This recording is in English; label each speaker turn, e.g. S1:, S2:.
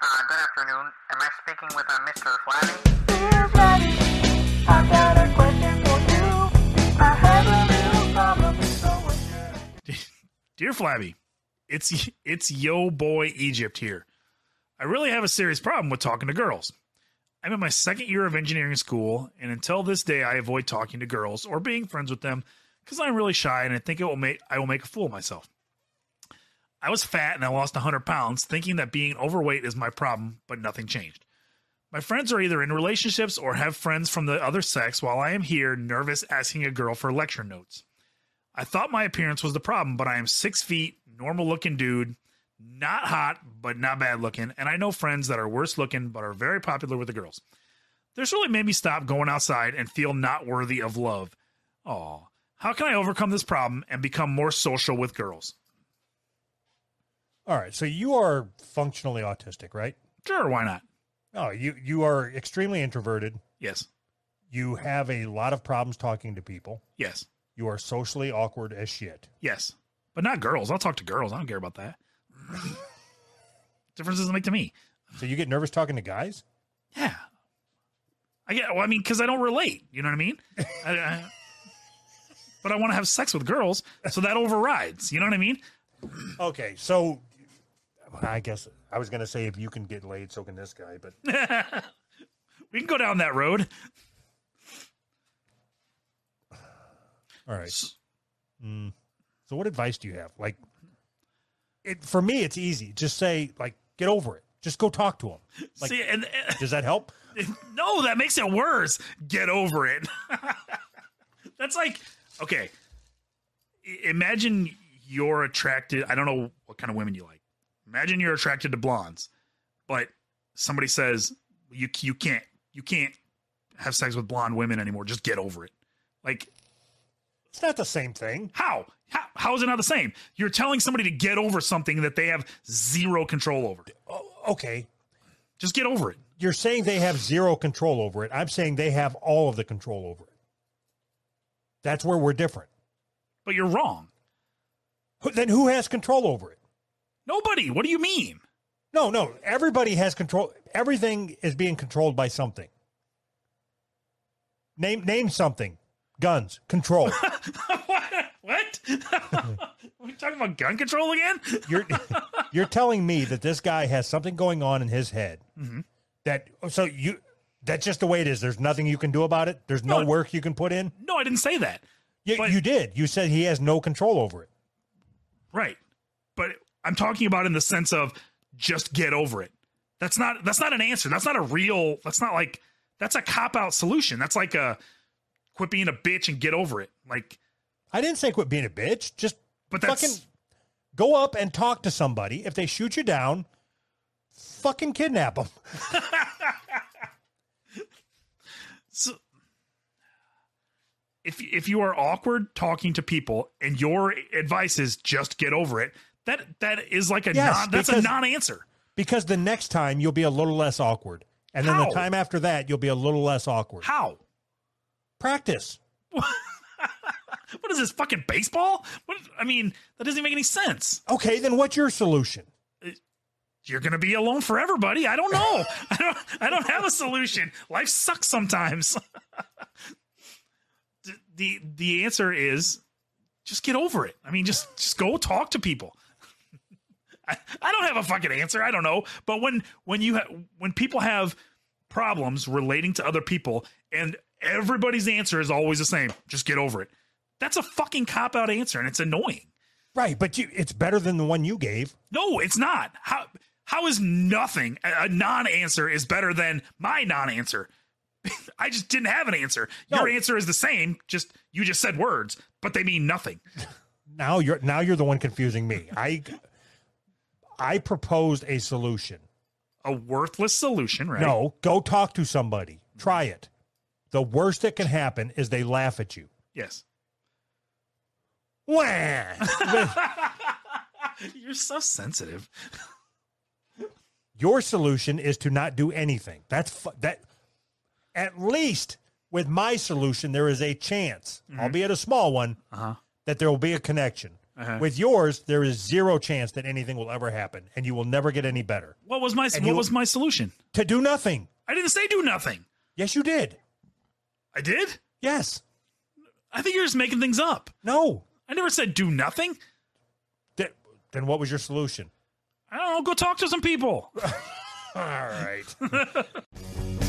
S1: Uh, good afternoon. Am I speaking with uh, Mr. Flatley?
S2: Dear Freddy, I've got a question for you. I have a little problem, so would you?
S3: Dear Flabby, it's it's yo boy Egypt here. I really have a serious problem with talking to girls. I'm in my second year of engineering school, and until this day, I avoid talking to girls or being friends with them because I'm really shy and I think it will make I will make a fool of myself. I was fat and I lost 100 pounds, thinking that being overweight is my problem, but nothing changed. My friends are either in relationships or have friends from the other sex, while I am here nervous asking a girl for lecture notes. I thought my appearance was the problem, but I am six feet, normal looking dude, not hot, but not bad looking. And I know friends that are worse looking, but are very popular with the girls. This really made me stop going outside and feel not worthy of love. Aw, how can I overcome this problem and become more social with girls?
S4: All right. So you are functionally autistic, right?
S3: Sure, why not?
S4: No, you you are extremely introverted.
S3: Yes,
S4: You have a lot of problems talking to people.
S3: yes,
S4: You are socially awkward as shit.
S3: yes. But not girls. I'll talk to girls. I don't care about that. Difference doesn't make to me.
S4: So you get nervous talking to guys?
S3: Yeah. I get, well, I mean, because I don't relate. You know what I mean? I, I, but I want to have sex with girls, so that overrides. You know what I mean?
S4: Okay. So I guess I was going to say if you can get laid, so can this guy, but
S3: We can go down that road.
S4: all right.
S3: S-
S4: Mm. So what advice do you have? Like it for me it's easy. Just say like get over it. Just go talk to him. Like
S3: See, and, eh,
S4: does that help?
S3: and- no, that makes it worse. Get over it. That's like okay. I- Imagine you're attracted. I don't know what kind of women you like. Imagine you're attracted to blondes, but somebody says you you can't you can't have sex with blonde women anymore. Just get over it. Like
S4: It's not the same thing.
S3: how how how is it not the same? You're telling somebody to get over something that they have zero control over.
S4: Oh, okay.
S3: Just get over it.
S4: You're saying they have zero control over it. I'm saying they have all of the control over it. That's where we're different.
S3: But you're wrong.
S4: Who- Then who has control over it?
S3: Nobody. What do you mean?
S4: No, no. Everybody has control. Everything is being controlled by something. Name name something. Guns, control.
S3: what? we talking about gun control again?
S4: You're you're telling me that this guy has something going on in his head. That so you that's just the way it is. There's nothing you can do about it. There's no
S3: No.
S4: work you can put in.
S3: No, I didn't say that.
S4: You,
S3: But-
S4: you did. You said he has no control over it.
S3: Right. But I'm talking about in the sense of just get over it. That's not that's not an answer. That's not a real that's not like that's a cop out solution. That's like a quit being a bitch and get over it. Like
S4: I didn't say quit being a bitch. Just
S3: but that's
S4: fucking go up and talk to somebody. If they shoot you down, fucking kidnap them.
S3: so, if if you are awkward talking to people and your advice is just get over it, that that is like a
S4: Yes,
S3: non, that's a
S4: because-
S3: non-answer.
S4: Because the next time you'll be a little less awkward. And then
S3: How?
S4: the time after that, you'll be a little less awkward.
S3: How?
S4: Practice.
S3: What is this fucking baseball? What I mean, that doesn't make any sense.
S4: Okay, then what's your solution?
S3: You're gonna be alone forever, buddy. I don't know. I don't. I don't have a solution. Life sucks sometimes. the, the The answer is just get over it. I mean, just just go talk to people. I, I don't have a fucking answer. I don't know. But when when you ha- when people have problems relating to other people, and everybody's answer is always the same, just get over it. That's a fucking cop out answer, and it's annoying.
S4: Right, but you, it's better than the one you gave.
S3: No, it's not. How how is nothing a, a non-answer is better than my non-answer? I just didn't have an answer. Your
S4: No.
S3: answer is the same, just you just said words, but they mean nothing.
S4: Now you're now you're the one confusing me. I I proposed a solution.
S3: A worthless solution, right?
S4: No, go talk to somebody. Try it. The worst that can happen is they laugh at you.
S3: Yes.
S4: Wah!
S3: You're so sensitive.
S4: Your solution is to not do anything. That's fu- that. At least with my solution, there is a chance, albeit a small one,
S3: Mm-hmm. Uh-huh.
S4: that there will be a connection.
S3: Uh-huh.
S4: With yours, there is zero chance that anything will ever happen, and you will never get any better.
S3: What was my
S4: And
S3: what
S4: you-
S3: was my solution?
S4: To do nothing.
S3: I didn't say do nothing.
S4: Yes, you did.
S3: I did.
S4: Yes.
S3: I think you're just making things up.
S4: No.
S3: I never said do nothing.
S4: Th- then what was your solution?
S3: I don't know. Go talk to some people.
S4: All right.